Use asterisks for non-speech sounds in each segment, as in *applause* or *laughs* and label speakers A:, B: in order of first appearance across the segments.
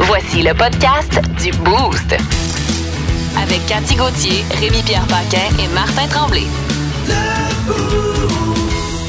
A: Voici le podcast du Boost. Avec Cathy Gauthier, Rémi-Pierre Paquin et Martin Tremblay.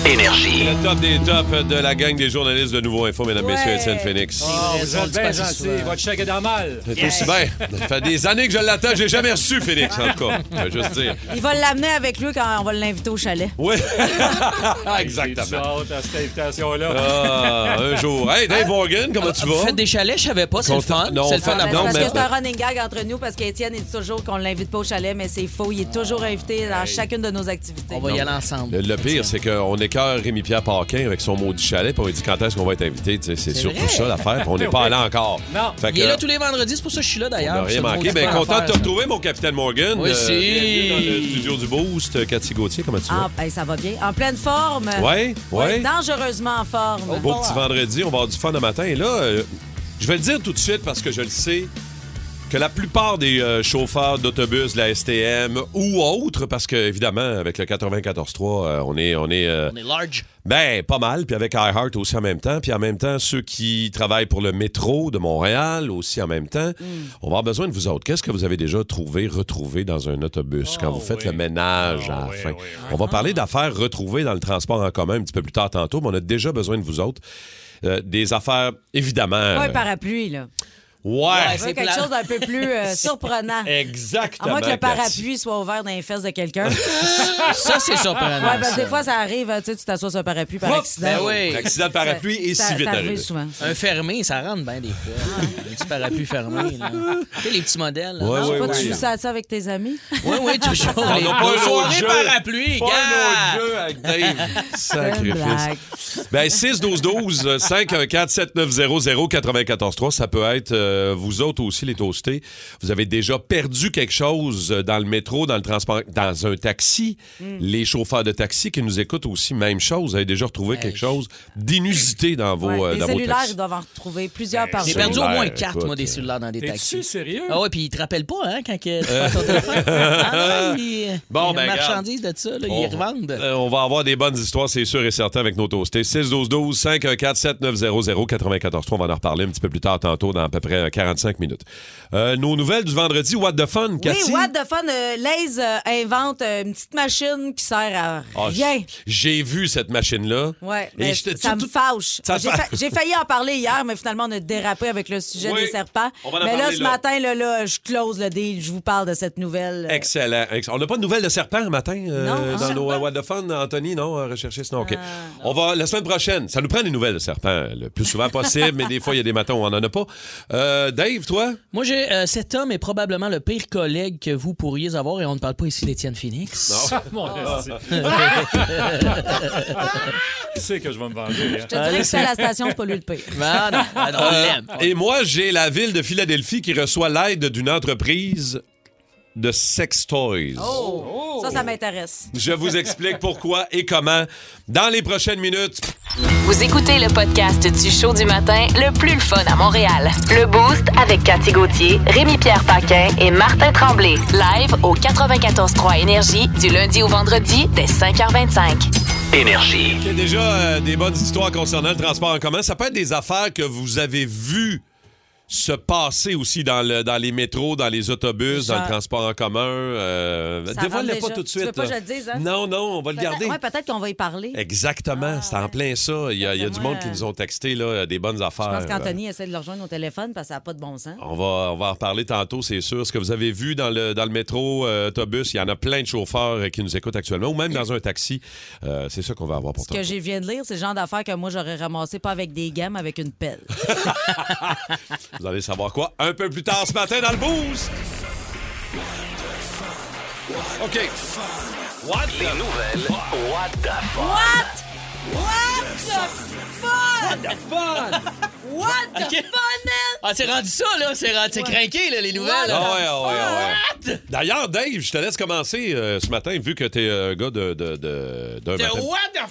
B: Énergie.
C: Le top des tops de la gang des journalistes de Nouveau Info, mesdames,
D: Ouais.
C: messieurs, Étienne Phoenix.
E: Ah.
D: Oh,
F: vous êtes bien gentil. Votre chèque est dans mal.
C: C'est aussi bien. Ça fait des années que je l'attends, j'ai jamais reçu Phoenix, en tout cas. Je veux juste dire.
D: Il va l'amener avec lui quand on va l'inviter au chalet.
C: Oui.
F: J'ai
C: Exactement.
F: hâte à cette invitation-là.
E: *laughs*
C: Ah, un jour. Hey, Dave Morgan, comment tu
E: Ah, Vous
C: vas?
E: faites des chalets, je savais pas, c'est le
C: Content-
E: fun.
C: non,
E: C'est le fun
D: Ben,
C: on fait-
D: c'est
E: à
C: non,
E: voir.
D: parce
C: mais-
D: que c'est un running gag entre nous parce qu'Étienne il dit toujours qu'on l'invite pas au chalet, mais c'est faux. Il est toujours invité dans chacune de nos activités.
E: On va y aller ensemble.
C: Le, le pire, c'est qu'on écœure Rémi-Pierre Paquin avec son maudit chalet, puis on lui dit quand est-ce qu'on va être invité. tu sais, C'est surtout
E: vrai.
C: ça l'affaire, puis on n'est pas allé encore.
F: Non.
C: Fait que,
E: Il est là tous les vendredis, c'est pour ça que je suis là
C: on n'a
E: d'ailleurs.
C: rien
E: C'est
C: manqué.
E: une
C: Ben,
E: bonne
C: content de te
E: affaire.
C: retrouver, mon capitaine Morgan.
E: Oui, si.
C: bienvenue dans le studio du Boost. Cathy Gauthier, comment tu
D: Ah,
C: vas?
D: ben, ça va bien. En pleine forme.
E: ben.
C: Ouais, ouais.
D: Dangereusement en forme.
C: Beau petit vendredi, on va avoir du fun le matin. Et là, euh, je vais le dire tout de suite parce que je le sais que la plupart des euh, chauffeurs d'autobus de la STM ou autres, parce que évidemment avec le 94.3, euh, on est, on est, euh,
E: On est large.
C: ben pas mal, puis avec iHeart aussi en même temps, puis en même temps ceux qui travaillent pour le métro de Montréal aussi en même temps, on va avoir besoin de vous autres. Qu'est-ce que vous avez déjà trouvé, retrouvé dans un autobus quand vous faites
F: oui.
C: le ménage
F: Ah,
C: à la
F: oui,
C: fin?
F: oui,
C: On va parler d'affaires retrouvées dans le transport en commun un petit peu plus tard tantôt, mais on a déjà besoin de vous autres. Euh, des affaires, évidemment.
D: Pas un
C: euh,
D: parapluie, là.
C: ouais,
D: Je
E: c'est
D: veux quelque
E: plat.
D: chose d'un peu plus
E: *laughs*
D: euh, surprenant. À
C: exactement.
D: moins que le
C: Cathy.
D: parapluie soit ouvert dans les fesses de quelqu'un. ouais,
E: *laughs* Ça, c'est surprenant.
D: parce que
E: ça.
D: des fois, ça arrive, hein, tu sais, tu t'assois sur un parapluie par
C: Oups!
D: accident.
E: Ben oui.
C: L'accident de parapluie est
D: Ça-
C: si vite
D: ça arrive
C: arrivé.
D: souvent.
E: Un fermé, ça Ah. rentre bien des fois. Un petit parapluie fermé. *laughs* Là. Tu sais, les petits modèles. là.
C: Ouais,
E: Non?
C: ouais,
D: Toi,
C: ouais.
D: tu joues ça à ça avec tes amis?
E: Oui,
C: *laughs*
E: oui, toujours. les
C: On a pas un autre
E: soirées
C: jeu.
E: parapluie,
C: Pas un
E: gars.
C: autre jeu
E: *laughs*
C: avec Dave.
D: Une
C: Sacrifice.
D: blague.
C: Ben 6 12 12 514 7900 94 3 ça peut être euh, vous autres aussi les toastés. Vous avez déjà perdu quelque chose euh, dans le métro, dans le transport, dans un taxi.
D: Hmm.
C: Les chauffeurs de taxi qui nous écoutent aussi même chose, vous avez déjà retrouvé
E: Ben,
C: quelque
E: je-
C: chose d'inusité dans vos
D: Ouais.
C: euh,
D: les
C: dans vos
D: cellulaires,
C: taxis.
D: ils doivent en retrouver plusieurs par
E: J'ai
D: jour.
E: perdu au moins
C: Cellulaire,
E: quatre, moi,
C: écoute.
E: des cellulaires dans des
F: T'es-tu
E: taxis.
F: sérieux?
E: Ah ouais, puis il te rappelle pas, hein, quand que tu prends ton
C: *laughs*
E: téléphone. Ah non, il,
C: Euh. Bon,
E: il y a
C: ben,
E: une marchandise de ça, là, ils
C: On-
E: revendent.
C: Euh, on va avoir des bonnes histoires, c'est sûr et certain, avec nos toastés. 6 12 12 514 7900 94 3 On va en reparler un petit peu plus tard tantôt, dans à peu près euh, 45 minutes. Euh, nos nouvelles du vendredi, What the Fun, Cathy?
D: Oui, What the Fun, euh, Lays euh, invente euh, une petite machine qui sert à
C: Ah,
D: rien.
C: j- J'ai vu cette machine-là.
D: Ouais,
C: Et
D: mais
C: je te-
D: ça
C: tout-
D: me
C: tout-
D: fâche.
C: Ça te
D: J'ai
C: fa-
D: fa- J'ai failli en parler hier, mais finalement, on a dérapé avec le sujet
C: Oui,
D: des serpents.
C: on va en
D: mais là,
C: parler,
D: ce
C: là.
D: matin, là, là, je close le deal. Je vous parle de cette nouvelle. euh,
C: Excellent. Ex- On n'a pas de nouvelles de serpent le matin euh,
D: Non,
C: dans
D: hein? Ah,
C: nos euh, What the Fun, Anthony, non? à Rechercher, sinon, OK. On va, la semaine prochaine, ça nous prend des nouvelles de serpent le plus souvent possible, mais des fois, il y a des matins où on n'en a pas. Euh, Dave, toi?
E: Moi, j'ai euh, cet homme est probablement le pire collègue que vous pourriez avoir et on ne parle pas ici d'Étienne Phoenix. *laughs*
C: Non.
F: Ah,
C: Ah.
F: Mon esti.
D: Ah.
F: Tu sais que je vais me venger. hein.
D: Je te dirais que c'est à la station, c'est pas lui le pire.
E: Ah *laughs* non, ah non, on
C: Euh,
E: l'aime.
C: et moi, j'ai la ville de Philadelphie qui reçoit l'aide d'une entreprise de sex toys.
D: Oh, Ça, ça m'intéresse.
C: Je vous explique pourquoi et comment dans les prochaines minutes.
A: Vous écoutez le podcast du show du matin le plus le fun à Montréal. Le Boost avec Cathy Gauthier, Rémi-Pierre Paquin et Martin Tremblay. Live au 94.3 Énergie du lundi au vendredi dès 5h25.
B: Énergie.
C: Il y a déjà euh, des bonnes histoires concernant le transport en commun. Ça peut être des affaires que vous avez vues se passer aussi dans, le- dans les métros, dans les autobus, dans le
D: Ça-
C: transport en commun. Euh,
D: Ça
C: Dévoile-le
D: rentre
C: pas
D: déjà.
C: tout de
D: Tu
C: suite.
D: veux pas
C: là.
D: que je le dise, hein?
C: Non, non, on va le garder.
D: Ouais, peut-être qu'on va y parler.
C: Exactement, c'est en plein ça. Il y a, il y a du
D: Exactement.
C: monde qui nous ont texté là, des bonnes affaires. euh.
D: Je pense qu'Anthony essaie de le rejoindre au téléphone parce que ça n'a pas de bon sens.
C: On va, on va en reparler tantôt, c'est sûr. Ce que vous avez vu dans le, dans le métro, euh, autobus, il y en a plein de chauffeurs euh, qui nous écoutent actuellement, ou même dans un taxi. Euh, c'est ça qu'on va avoir pour
D: Ce que
C: toi.
D: j'ai viens de lire, c'est le genre d'affaires que moi, j'aurais ramassé pas avec des gammes, avec une pelle.
C: Vous allez savoir quoi un peu plus tard ce matin dans le boost. OK. What the-
B: Les nouvelles. What the fuck?
D: What? What the fuck? What the What the
E: Ok.
D: fun, man?
E: Ah, c'est rendu ça, là. C'est rendu- c'est craqué, là, les nouvelles.
C: Ah ouais, ah ouais, ah ouais. D'ailleurs, Dave, je te laisse commencer euh, ce matin, vu que t'es un gars de, de- de- d'un,
E: The
C: matin,
E: what the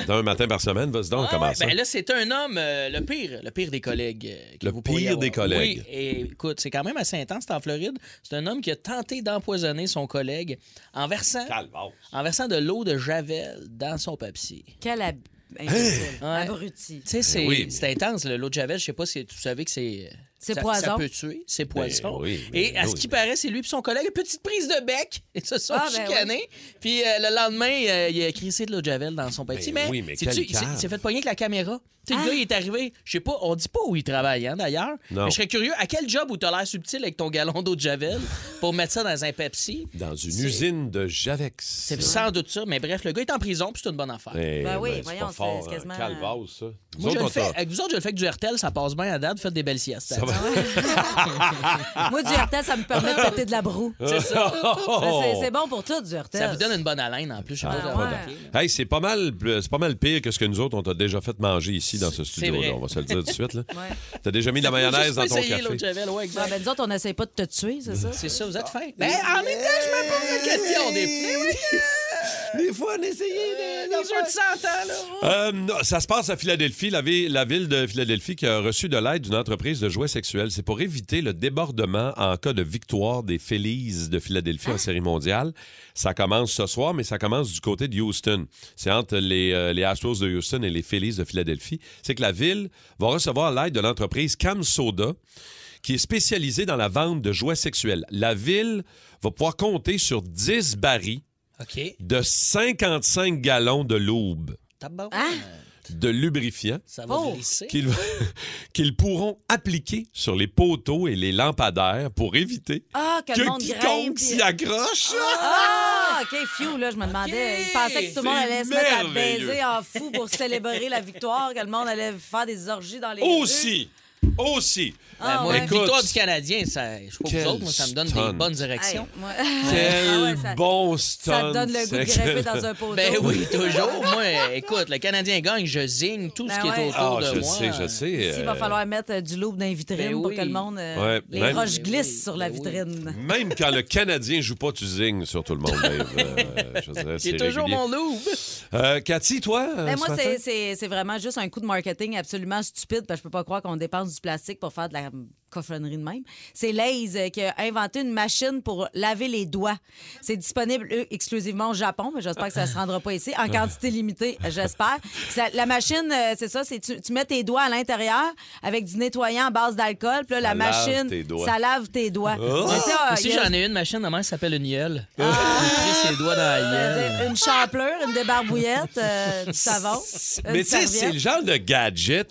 E: fun!
C: d'un matin par semaine. Vas-y donc,
E: Ah ouais,
C: commence. hein. ça.
E: ben là, c'est un homme, euh, le pire, le pire des collègues. euh, que
C: Le
E: vous pourriez
C: pire
E: avoir.
C: des collègues.
E: Oui, et écoute, c'est quand même assez intense, c'est en Floride. C'est un homme qui a tenté d'empoisonner son collègue en versant,
C: Calvaire.
E: en versant de l'eau de Javel dans son papier.
D: Quel ab... imbécile,
E: Ouais.
D: abruti.
E: Tu sais, c'est
C: Eh oui, mais-
E: c'est intense, le- l'eau de Javel. Je sais pas si tu savais que c'est.
D: C'est
E: ça-
D: poison.
E: Ça peut tuer, c'est poison.
C: Ben oui, mais
E: et à ce
C: oui,
E: qui
C: mais-
E: paraît, c'est lui et son collègue, petite prise de bec. *laughs* Ils se sont
D: Ah, ben
E: chicanés. Puis euh, le lendemain, euh, il a crissé de l'eau de Javel dans son petit.
C: Ben
E: Mais,
C: oui, mais
E: sais-tu,
C: quel
E: il s'est-
C: cave.
E: il s'est fait pogner avec la caméra. Tu sais,
D: Ah.
E: le gars, il est arrivé. Je sais pas, on dit pas où il travaille, hein, d'ailleurs.
C: Non.
E: Mais je serais curieux, à quel job où t'as l'air subtil avec ton galon d'eau de Javel pour mettre ça dans un Pepsi?
C: Dans une
E: C'est-
C: usine de Javex.
E: C'est sans doute ça. Mais bref, le gars est en prison, puis c'est une bonne affaire.
C: Eh,
D: Ben oui,
C: pas
D: voyons, c'est
C: fort, hein.
D: quasiment-
C: Calvaire, ça. Nous
E: euh, Moi, je
C: autres,
E: le
C: on
E: fais.
C: t'a-
E: Avec vous autres, je le fais avec du RTL, ça passe bien à date. Faites des belles siestes.
C: Ça va.
D: Ah Moi, du Hertel, ça me permet de péter de la broue.
E: C'est ça.
D: Ben, c'est- C'est bon pour tout, du Hertel. Ah
E: Ça vous donne une bonne haleine en plus. Je sais pas si vous avez remarqué.
C: *laughs* Hey, c'est pas mal, euh, c'est pas mal pire que ce que nous autres on t'a déjà fait manger ici dans ce
E: vrai.
C: studio-là. On va se le dire tout de
E: *laughs*
C: suite. Là.
D: Ouais.
C: T'as déjà mis de la mayonnaise
E: Juste pas
C: dans ton
E: essayer
C: café.
E: l'autre Javel, ouais, exact.
D: Ah, ben, nous autres, on n'essaie pas de te tuer, c'est ça?
E: C'est ça, vous êtes fin. Ben, en même temps, je me pose la question des
C: Ben
E: euh,
C: Des fois, on essayait de.
E: Les jeux de 100 ans, là.
C: Euh, non, ça se passe à Philadelphie, la, vi- la ville de Philadelphie qui a reçu de l'aide d'une entreprise de jouets sexuels. C'est pour éviter le débordement en cas de victoire des Phillies de Philadelphie en série mondiale. Ça commence ce soir, mais ça commence du côté de Houston. C'est entre les, euh, les Astros de Houston et les Phillies de Philadelphie. C'est que la ville va recevoir l'aide de l'entreprise Cam Soda qui est spécialisée dans la vente de jouets sexuels. La ville va pouvoir compter sur 10 barils
E: OK.
C: de 55 gallons de l'aube
E: T'as bon.
D: Hein?
C: de lubrifiant
E: Ça va
D: Oh.
E: glisser.
C: qu'ils *laughs* qu'ils pourront appliquer sur les poteaux et les lampadaires pour éviter
D: Ah, que, le
C: que
D: monde
C: quiconque
D: grimpe.
C: s'y
D: puis-
C: accroche.
D: Ah, OK, Fiu, là, je me demandais. Il pensait que tout le monde allait se mettre à baiser en fou pour célébrer la victoire, que le monde allait faire des orgies dans les. rues.
C: Aussi, aussi.
D: Ah,
E: Ben, moi,
D: ouais.
C: Écoute,
E: victoire du Canadien, ça, je trouve que
C: Quel
E: vous autres, moi, ça me donne
C: stun.
E: des bonnes
D: Hey,
E: directions.
C: *laughs*
E: *laughs*
D: moi- *laughs*
C: Quel
D: Ah ouais, ça-
C: bon stun.
D: Ça te donne le goût de
C: sexuel.
D: grimper dans un poteau.
E: Ben oui, toujours. Moi, écoute, le Canadien gagne, je zigne tout ce
D: Ben
E: qui
D: ouais.
E: est
C: Ah,
E: autour
C: je
E: de moi.
C: sais, je sais.
D: Ici, il va
C: euh,
D: falloir mettre euh, du loup dans les vitrines
E: ben
D: pour
E: oui.
D: que le monde. euh,
C: Ouais,
D: les
C: même-
D: roches glissent
E: Ben oui,
D: sur la
E: ben oui.
D: vitrine.
C: Même quand le Canadien joue pas, tu zignes sur tout le monde, Dave.
E: *laughs*
C: Euh, je veux dire,
E: J'ai
C: c'est
E: toujours
C: régulier.
E: mon loup.
C: Euh, Cathy, toi, euh,
D: Ben,
C: ce
D: moi,
C: matin?
D: c'est- c'est c'est vraiment juste un coup de marketing absolument stupide parce que je peux pas croire qu'on dépense du plastique pour faire de la cochonnerie de même. C'est Lay's euh, qui a inventé une machine pour laver les doigts. C'est disponible eux, exclusivement au Japon, mais j'espère que ça se rendra pas ici en quantité limitée, j'espère. Ça- La machine, euh, c'est ça, c'est tu, tu mets tes doigts à l'intérieur avec du nettoyant à base d'alcool, puis là, la
C: Ça lave
D: machine,
C: tes doigts. Oh!
D: ça lave tes doigts.
C: Ah.
D: Mais tu sais, euh,
E: Aussi,
D: il y a- Ah.
E: j'en ai une machine, ma mère s'appelle une gueule. J'ai pris ses doigts dans la gueule.
D: c'est-à-dire une champleur, une débarbouillette, euh, du savon. une
C: Mais tu sais,
D: serviette.
C: c'est le genre de gadget.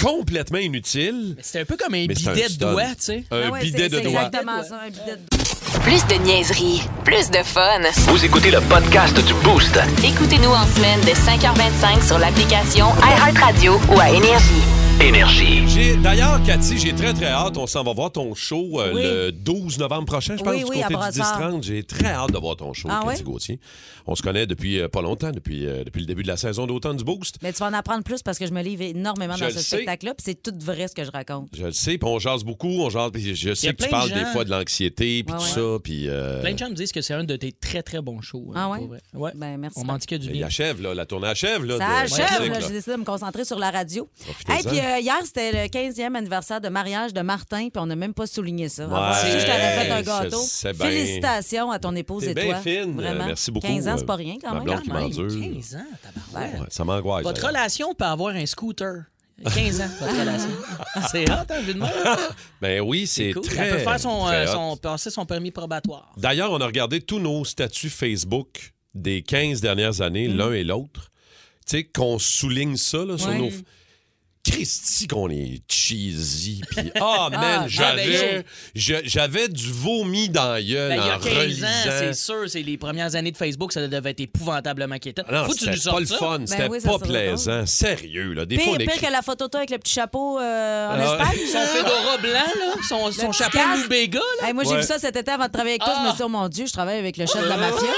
C: Complètement inutile.
E: C'est un peu comme un
C: Mais c'est un
E: bidet de
C: stun.
E: doigts, tu sais.
C: Un
D: Ah ouais,
C: bidet
D: c'est-
C: de
D: c'est
C: doigts.
D: Exactement ça, un bidet de
A: Plus de niaiserie, plus de fun.
B: Vous écoutez le podcast du Boost.
A: Écoutez-nous en semaine de 5h25 sur l'application iHeartRadio ou à Énergie.
B: Énergie.
C: J'ai- D'ailleurs, Cathy, j'ai très, très hâte. On s'en va voir ton show euh,
D: Oui.
C: le 12 novembre prochain, je pense,
D: Oui,
C: du
D: oui, à
C: côté du
D: Brossard.
C: 10-30. J'ai très hâte de voir ton show,
D: Ah
C: Cathy
D: ouais?
C: Gauthier. On se connaît depuis euh, pas longtemps, depuis, euh, depuis le début de la saison d'automne du Boost.
D: Mais tu vas en apprendre plus parce que je me livre énormément
C: Je
D: dans
C: le
D: ce
C: sais.
D: spectacle-là, puis c'est tout vrai ce que je raconte.
C: Je le sais, puis on jase beaucoup. On jase, puis je
E: Il y
C: sais
E: a
C: que
E: plein
C: tu
E: de
C: parles des
E: gens.
C: fois de l'anxiété, puis
D: Ouais,
C: tout ça, puis... euh,
E: Plein de gens me disent que c'est un de tes très, très bons shows. hein,
D: Ah ouais?
E: pour vrai. Ouais.
D: Ben, merci.
E: On m'en dit que du
C: Il
E: bien.
C: achève, là, la tournée achève. Là,
D: Ça
C: de- de
D: achève,
C: musique,
D: là,
C: là.
D: j'ai décidé de me concentrer sur la radio.
C: Profitez-en.
D: Et puis euh, hier, c'était le 15e anniversaire de mariage de Martin, puis on n'a même pas souligné ça. Avant
C: Ouais,
D: ça, je t'avais fait un
C: je
D: gâteau.
C: sais bien.
D: Félicitations à ton épouse
C: T'es
D: et
C: bien
D: toi.
C: fine. euh,
D: Vraiment.
C: Merci beaucoup,
D: 15 ans, c'est
C: euh,
D: pas rien quand
C: ma
D: même. hein,
C: blonde qui
D: Quand même.
C: m'endure.
E: 15 ans, tabarouette.
C: Ouais, ça m'angoisse.
E: Votre
C: d'ailleurs.
E: relation peut avoir un scooter. 15 ans,
D: *laughs*
E: votre relation. C'est hot, hein, vu de même.
C: Ben oui, c'est
E: C'est cool.
C: très,
E: Elle peut faire son,
C: très
E: euh,
C: hot.
E: son- passer son permis probatoire.
C: D'ailleurs, on a regardé tous nos statuts Facebook des
E: Mm.
C: 15 dernières années, l'un et l'autre. Tu sais, qu'on souligne ça là, sur
D: Ouais.
C: nos. Christy qu'on est cheesy.
E: *laughs*
C: Puis, ah,
E: Ah,
C: man,
E: ben,
C: j'avais, je- j'avais du vomi dans la gueule
E: Ben, il y a
C: Euh, en
E: 15 ans, c'est
C: relisant.
E: sûr, c'est les premières années de Facebook, ça devait être épouvantablement quétant.
C: Ah non,
E: Faut que tu nous
C: c'était
E: sortes
C: pas le
E: ça.
C: fun, c'était
D: oui, ça
C: pas
D: serait drôle.
C: plaisant. Sérieux, là. Des fois,
D: Pire,
C: on
D: pire
C: écrit-
D: que la photo de toi avec le petit chapeau euh, en
C: Ah,
D: Espagne.
E: Son fedora blanc, là, son, son
D: petit
E: chapeau
D: casque.
E: Lubega, là. Ah.
D: Hey, moi, j'ai
F: Ouais.
D: vu ça cet été avant de travailler avec toi. Je me suis dit, oh mon Dieu, je travaille avec le chef de la mafia.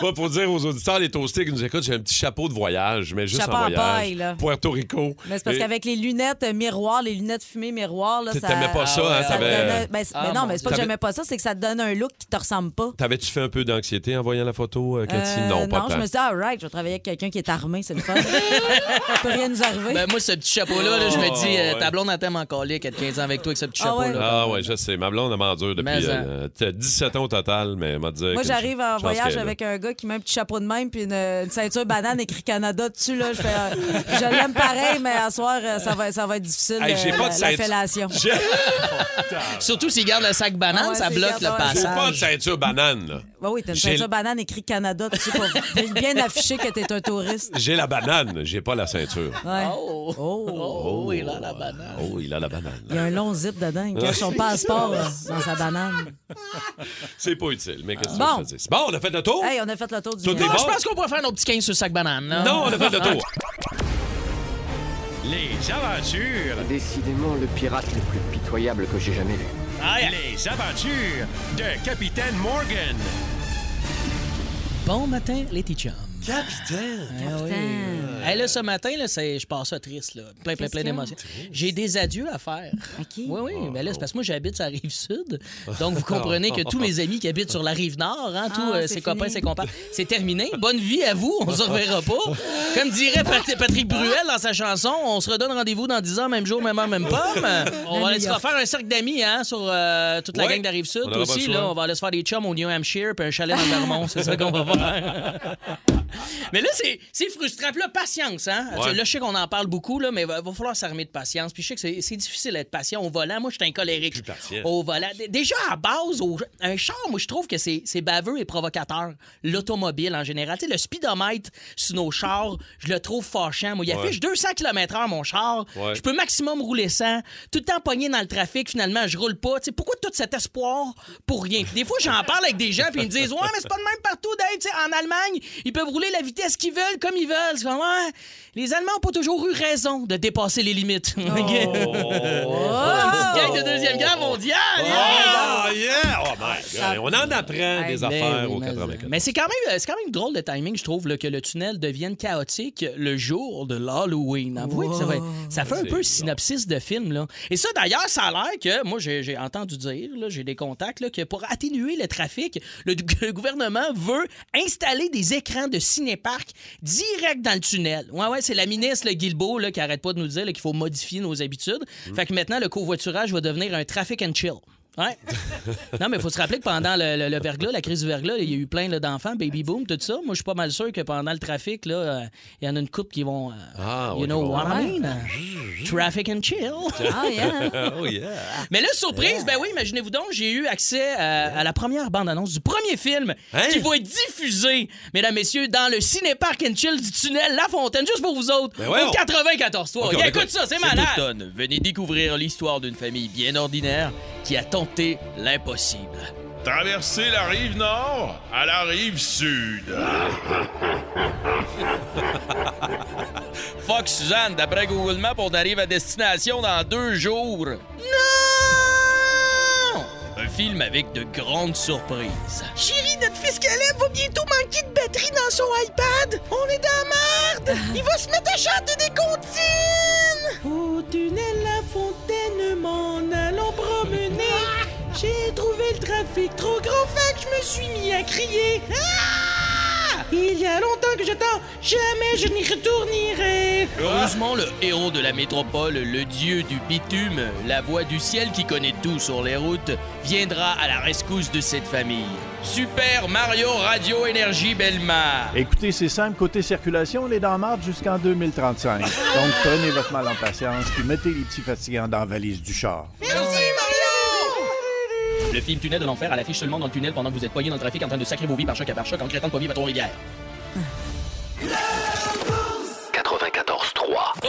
C: Moi, pour dire aux auditeurs, les toastés qui nous écoutent, j'ai un petit chapeau de voyage, mais juste
D: Chapeau
C: en
D: en
C: voyage.
D: paille, là.
C: Puerto Rico.
D: Mais c'est parce
C: Et-
D: qu'avec les lunettes euh, miroirs, les lunettes fumées miroirs, là,
C: Tu
D: ça.
C: t'aimais pas ça,
E: Ah
C: hein?
D: ça
E: ouais,
D: te
C: t'avais-
D: donnait- ben, c'est-
E: Ah,
D: ben
E: mon
D: non, mais c'est pas que
C: Dieu.
D: j'aimais pas ça, c'est que ça te donne un look qui te ressemble pas.
C: T'avais-tu fait un peu d'anxiété en voyant la photo, euh, Cathy?
D: Euh,
C: non, pas
D: je
C: tant.
D: me suis dit, all right, je vais travailler avec quelqu'un qui est armé, c'est le
C: *laughs*
D: fun. Ça peut rien nous arriver.
E: Ben, moi, ce petit chapeau-là, là, je me dis, euh,
C: Oh, ouais.
E: ta blonde, elle t'aime encore, là, qu'elle a 15 ans avec toi avec ce petit
D: Ah ouais.
E: chapeau-là.
C: Ah ouais, je sais. Ma blonde, elle m'endure
E: Mais,
C: depuis euh, t'as 17 ans au total, mais elle m'a dit...
D: moi,
C: que
D: j'arrive
C: je-
D: en
C: je
D: voyage
C: serais, là. *laughs*
D: avec un gars qui met un petit chapeau de même puis une, une ceinture banane écrit Canada dessus. Là, je fais, euh, je l'aime pareil, mais à soir, euh, ça va, ça va être difficile.
C: Hey, j'ai
D: euh,
C: pas de
D: la- la
C: ceinture.
D: fellation.
E: Surtout s'il garde le sac banane,
D: Ah ouais,
E: ça
D: s'il
E: bloque
D: garde,
E: le
D: ouais.
C: J'ai pas de
E: passage.
C: ceinture banane, là.
D: Ben oui, t'as une
C: J'ai-
D: ceinture banane écrit Canada dessus pour bien afficher que t'es un touriste.
C: J'ai la banane, j'ai pas la ceinture.
D: Ouais.
E: Oh. Oh, il a la banane.
C: Oh, il a la banane.
D: Il y a un long zip dedans. Il cache son passeport euh, dans sa banane.
C: C'est pas utile, mais qu'est-ce que
D: Bon.
C: tu veux que je te dise? Bon, on a fait le tour?
D: Hey, on a fait le tour du
C: Tout
D: monde.
E: Ah,
C: bon?
E: je pense qu'on pourrait faire nos petits 15 sur le sac banane, là.
C: Non, on a fait le tour. Les aventures,
G: Décidément le pirate le plus pitoyable que j'ai jamais vu.
C: les aventures de Capitaine Morgan.
E: Bon matin, les teachers. Capitaine!
D: Capitaine.
E: Ah Hey, là, ce matin, là, c'est- je passe ça triste. Là. Plein, plein,
D: Qu'est-ce
E: plein
D: qu'il y a?
E: d'émotions. J'ai des adieux à faire.
D: À qui?
E: Oui, oui.
C: Oh,
E: Mais là, c'est parce que moi, j'habite sur la rive
C: *laughs*
E: sud. Donc, vous comprenez que tous mes amis qui habitent sur la rive nord, hein, tous
D: Ah,
E: euh,
D: c'est
E: ses copains,
D: fini.
E: ses compagnes, c'est terminé. Bonne vie à vous. On se reverra
C: *laughs*
E: pas. Comme dirait Pat- Patrick Bruel dans sa chanson, on se redonne rendez-vous dans 10 ans, même jour, même heure, même pomme. On va aller se faire un cercle d'amis hein, sur euh, toute la
C: Ouais.
E: gang de la rive sud
C: On aura pas
E: aussi.
C: le choix.
E: Là, on va aller se faire des chums au New Hampshire puis un chalet dans Vermont. c'est ça qu'on va
C: *laughs*
E: faire. Mais là, c'est c'est frustrant. Puis là, patience, hein? Tu sais, Là, je sais qu'on en parle beaucoup, là, mais il va, va falloir s'armer de patience. Puis je sais que c'est- c'est difficile d'être patient au volant. Moi, je suis un colérique.
C: Plus patient.
E: Au volant. Dé- Déjà, à base, au- un char, moi, je trouve que c'est c'est baveux et provocateur. L'automobile, en général. Tu sais, le speedomètre sur nos chars, je le trouve fâchant. Moi, il affiche 200 km/h, mon char.
C: Ouais.
E: Je peux maximum rouler 100. Tout le temps pogné dans le trafic, finalement, je roule pas. Tu sais, pourquoi tout cet espoir pour rien? Puis des fois, j'en parle avec des gens, puis ils me disent Ouais, mais c'est pas de même partout, Dave. Tu sais, en Allemagne, ils peuvent rouler la vitesse qu'ils veulent, comme ils veulent. C'est comme, Ouais, les Allemands ont pas toujours eu raison de dépasser les limites. *laughs* Petite gang de Deuxième Guerre mondiale.
C: Ah, yeah! Oh, my God. On en apprend des
E: Ben
C: affaires
E: oui,
C: au
E: mais-
C: 84.
E: Mais c'est quand même c'est quand même drôle le timing, je trouve, là, que le tunnel devienne chaotique le jour de l'Halloween. Avouez que ça, fait- ça fait un peu synopsis de film. Là. Et ça, d'ailleurs, ça a l'air que, moi, j'ai j'ai entendu dire, là, j'ai des contacts, là, que pour atténuer le trafic, le, le gouvernement veut installer des écrans de cinéparc direct dans le tunnel. Ouais, ouais, c'est la ministre le Guilbeault là, qui arrête pas de nous dire là, qu'il faut modifier nos habitudes. Fait que maintenant, le covoiturage va devenir un traffic and chill. Ouais. Non, mais il faut se rappeler que pendant le, le- le verglas, la crise du verglas, il y a eu plein là, d'enfants, baby boom, tout ça. Moi, je suis pas mal sûr que pendant le trafic, là, euh, il y en a une coupe qui vont. euh,
C: Ah,
E: you
C: ouais,
E: know
C: qui vont-
E: what I mean? Traffic and
C: *laughs*
E: chill.
D: Ah, yeah.
B: *laughs*
C: Oh, yeah.
E: mais là, surprise, ben oui, imaginez-vous donc, j'ai eu accès euh, à la première bande-annonce du premier film
C: Hein?
E: qui va être diffusé, mesdames, messieurs, dans le ciné-parc and chill du tunnel La Fontaine, juste pour vous autres,
C: Ben voyons.
E: au 94 toi.
C: Ok, on
E: Regarde, Oh,
C: écoute.
E: écoute ça, c'est
C: C'est
E: malade. Automne, venez découvrir l'histoire d'une famille bien ordinaire qui a tenté l'impossible.
H: Traverser la rive nord à la rive sud.
E: Fuck Suzanne, d'après Google Maps, on arrive à destination dans deux jours. Non! Un film avec de grandes surprises. Chérie, notre fils Caleb va bientôt manquer de batterie dans son iPad. On est dans la merde. Il va se mettre à chanter des comptines. Au tunnel La Fontaine, m'en allons promener. J'ai trouvé le trafic trop grand, fait que je me suis mis à crier. Ah! Il y a longtemps que j'attends, jamais je n'y retournerai. Heureusement, le héros de la métropole, le dieu du bitume, la voix du ciel qui connaît tout sur les routes, viendra à la rescousse de cette famille. Super Mario Radio Énergie Belmar.
I: Écoutez, c'est simple, côté circulation, on est dans marde jusqu'en 2035. Donc prenez votre mal en patience, puis mettez les petits fatigants dans la valise du char.
E: Le film Tunnel de l'enfer à l'affiche seulement dans le tunnel pendant que vous êtes poigné dans le trafic en train de sacrer vos vies par choc à par choc en crétant de à Trois-Rivières.
B: 94-3.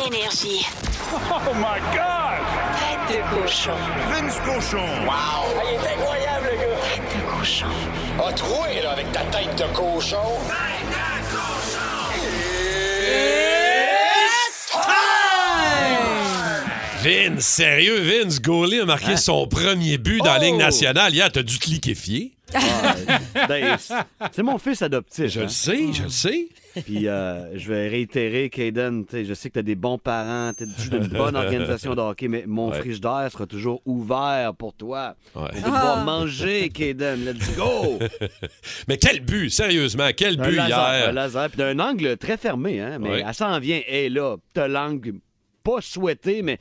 A: Énergie.
J: Oh my God!
K: Tête de cochon.
J: Vince cochon. Wow! Ah, il est incroyable, le gars! Tête de cochon. A troué, là, avec ta tête de cochon. Tête de cochon!
C: Vince, sérieux, Vince Gaulier a
L: Hein?
C: marqué son premier but dans la
L: Oh!
C: Ligue nationale. Hier, t'as dû te liquéfier. *laughs*
L: *laughs* Ben, c'est- c'est mon fils adoptif. Je
C: le sais, je le sais.
L: Puis euh, je vais réitérer, Caden, tu sais, je sais que tu as des bons parents, tu as une bonne organisation de hockey, mais mon
C: Ouais.
L: frigidaire sera toujours ouvert pour toi. On va
C: Ah.
L: pouvoir manger, Caden. Let's go!
C: Mais quel but, sérieusement, quel
L: Un
C: but
L: laser,
C: hier.
L: un laser, puis d'un angle très fermé, hein, mais
C: Oui.
L: elle s'en vient, et là, t'as l'angle pas souhaité, mais